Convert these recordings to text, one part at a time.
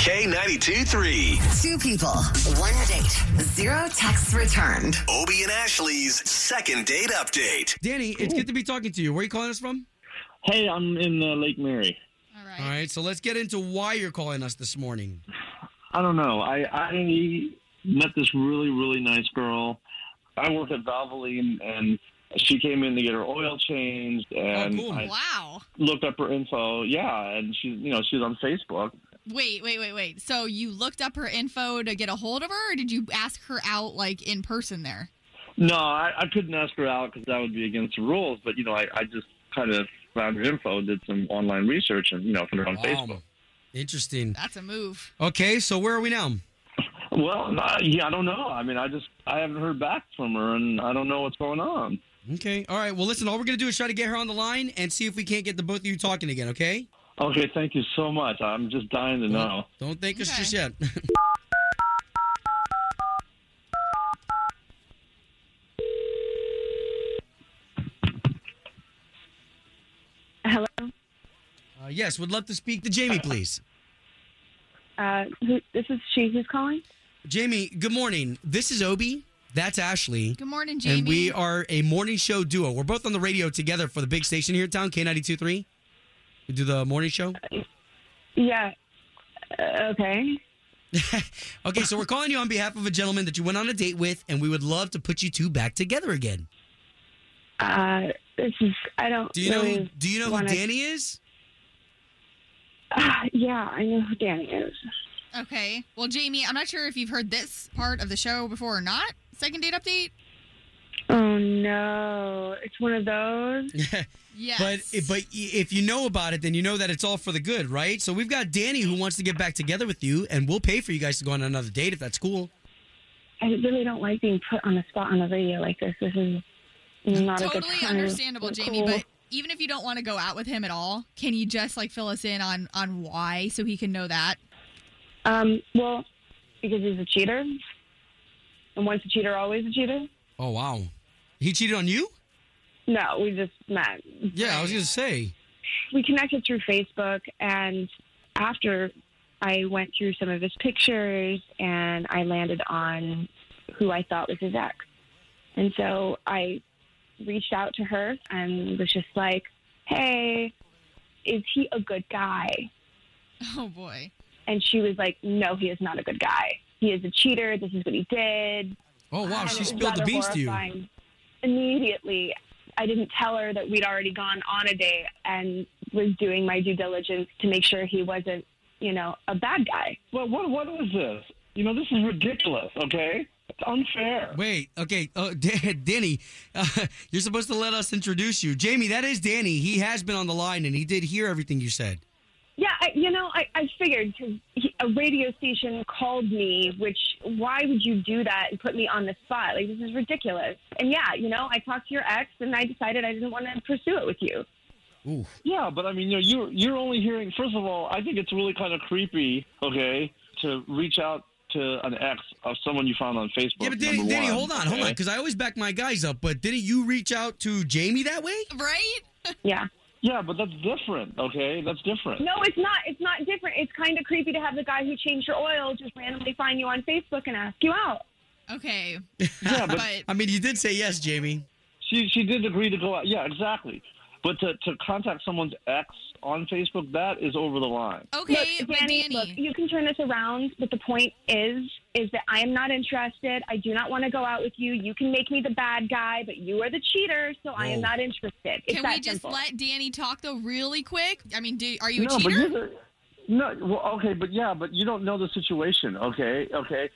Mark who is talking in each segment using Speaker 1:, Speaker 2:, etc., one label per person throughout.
Speaker 1: K92 3.
Speaker 2: Two people, one date, zero texts returned.
Speaker 1: Obie and Ashley's second date update.
Speaker 3: Danny, it's good to be talking to you. Where are you calling us from?
Speaker 4: Hey, I'm in uh, Lake Mary.
Speaker 5: All
Speaker 3: All
Speaker 5: right.
Speaker 3: right, so let's get into why you're calling us this morning.
Speaker 4: I don't know. I, I met this really, really nice girl. I work at Valvoline, and she came in to get her oil changed, and
Speaker 3: cool.
Speaker 4: I
Speaker 5: Wow.
Speaker 4: looked up her info. Yeah, and she's, you know, she's on Facebook.
Speaker 5: Wait, wait, wait, wait. So you looked up her info to get a hold of her, or did you ask her out like in person there?
Speaker 4: No, I, I couldn't ask her out because that would be against the rules. But you know, I, I just kind of found her info, did some online research, and you know, found her on Facebook.
Speaker 3: Um, interesting.
Speaker 5: That's a move.
Speaker 3: Okay, so where are we now?
Speaker 4: Well, I, yeah, I don't know. I mean, I just I haven't heard back from her, and I don't know what's going on.
Speaker 3: Okay, all right. Well, listen, all we're going to do is try to get her on the line and see if we can't get the both of you talking again, okay?
Speaker 4: Okay, thank you so much. I'm just dying to know.
Speaker 3: Don't think it's
Speaker 5: Okay.
Speaker 3: just yet.
Speaker 6: Hello.
Speaker 3: Uh, yes, would love to speak to Jamie, please.
Speaker 6: Uh, who, this is she who's calling.
Speaker 3: Jamie, good morning. This is Obie. That's Ashley.
Speaker 5: Good morning, Jamie.
Speaker 3: And we are a morning show duo. We're both on the radio together for the big station here in town, K92.3. We do the morning show.
Speaker 6: Yeah. Uh, okay.
Speaker 3: Okay, so we're calling you on behalf of a gentleman that you went on a date with, and we would love to put you two back together again.
Speaker 6: Uh, this is I don't.
Speaker 3: Do you know?
Speaker 6: really
Speaker 3: Who, do you know who
Speaker 6: wanna-
Speaker 3: Danny is?
Speaker 6: Ah, yeah, I know who Danny is.
Speaker 5: okay. Well, Jamie, I'm not sure if you've heard this part of the show before or not. Second date update.
Speaker 6: Oh no, it's one of those.
Speaker 5: Yes.
Speaker 3: But but if you know about it, then you know that it's all for the good, right? So we've got Danny who wants to get back together with you, and we'll pay for you guys to go on another date if that's cool.
Speaker 6: I really don't like being put on the spot on the radio like this. This is not a good
Speaker 5: totally
Speaker 6: time.
Speaker 5: understandable, Jamie.
Speaker 6: Cool.
Speaker 5: But even if you don't want to go out with him at all, can you just like fill us in on on why so he can know that?
Speaker 6: um, well, because he's a cheater, and once a cheater, always a cheater.
Speaker 3: Oh wow, he cheated on you?
Speaker 6: No, we just met.
Speaker 3: Yeah, I was gonna say.
Speaker 6: we connected through Facebook, and after I went through some of his pictures, and I landed on who I thought was his ex. And so I reached out to her and was just like, "Hey, is he a good guy?"
Speaker 5: Oh boy.
Speaker 6: And she was like, "No, he is not a good guy. He is a cheater. This is what he did."
Speaker 3: Oh wow,
Speaker 6: And
Speaker 3: she
Speaker 6: it was
Speaker 3: spilled the
Speaker 6: rather
Speaker 3: beans to you.
Speaker 6: horrifying. Immediately, I didn't tell her that we'd already gone on a date and was doing my due diligence to make sure he wasn't, you know, a bad guy.
Speaker 4: Well, what what is this? You know, this is ridiculous. Okay, it's unfair.
Speaker 3: Wait, okay, uh, Dan- Danny, uh, you're supposed to let us introduce you. Jamie, that is Danny. He has been on the line, and he did hear everything you said.
Speaker 6: Yeah, I, you know, I, I figured because a radio station called me, which why would you do that and put me on the spot? Like, this is ridiculous. And yeah, you know, I talked to your ex and I decided I didn't want to pursue it with you.
Speaker 3: Ooh.
Speaker 4: Yeah, but I mean, you know, you're you're only hearing. First of all, I think it's really kind of creepy. Okay, to reach out to an ex of someone you found on Facebook.
Speaker 3: Yeah, but Danny,
Speaker 4: number
Speaker 3: Danny,
Speaker 4: one,
Speaker 3: hold on, hold on,
Speaker 4: okay?
Speaker 3: because I always back my guys up. But didn't you reach out to Jamie that way?
Speaker 5: Right?
Speaker 6: Yeah.
Speaker 4: Yeah, but that's different. Okay, that's different.
Speaker 6: No, it's not. It's not different. It's kind of creepy to have the guy who changed your oil just randomly find you on Facebook and ask you out.
Speaker 5: Okay.
Speaker 4: Yeah, but
Speaker 5: But
Speaker 3: I mean, you did say yes, Jamie.
Speaker 4: she she did agree to go out. Yeah, exactly. But to to contact someone's ex on Facebook, that is over the line.
Speaker 5: okay,
Speaker 6: look,
Speaker 5: but
Speaker 6: Danny,
Speaker 5: Danny.
Speaker 6: look, you can turn this around, but the point is, is that I am not interested. I do not want to go out with you. You can make me the bad guy, but you are the cheater, so I
Speaker 3: Whoa.
Speaker 6: am not interested. It's
Speaker 5: can
Speaker 6: that
Speaker 5: we just
Speaker 6: simple.
Speaker 5: let Danny talk though, really quick? I mean, do, are you a
Speaker 4: no, but
Speaker 5: cheater?
Speaker 4: you're the- no. Well, okay, but yeah, but you don't know the situation. Okay, okay.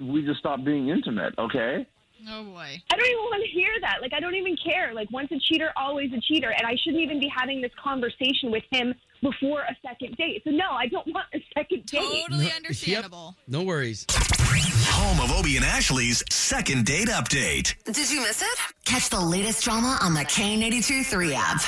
Speaker 4: We just stopped being intimate. Okay.
Speaker 5: Oh boy.
Speaker 6: I don't even want to hear that. Like, I don't even care. Like, once a cheater, always a cheater. And I shouldn't even be having this conversation with him before a second date. So, no, I don't want a second date.
Speaker 5: Totally
Speaker 3: Yep.
Speaker 5: understandable.
Speaker 3: No worries.
Speaker 1: Home of Obie and Ashley's second date update.
Speaker 2: Did you miss it? Catch the latest drama on the K82 3 app.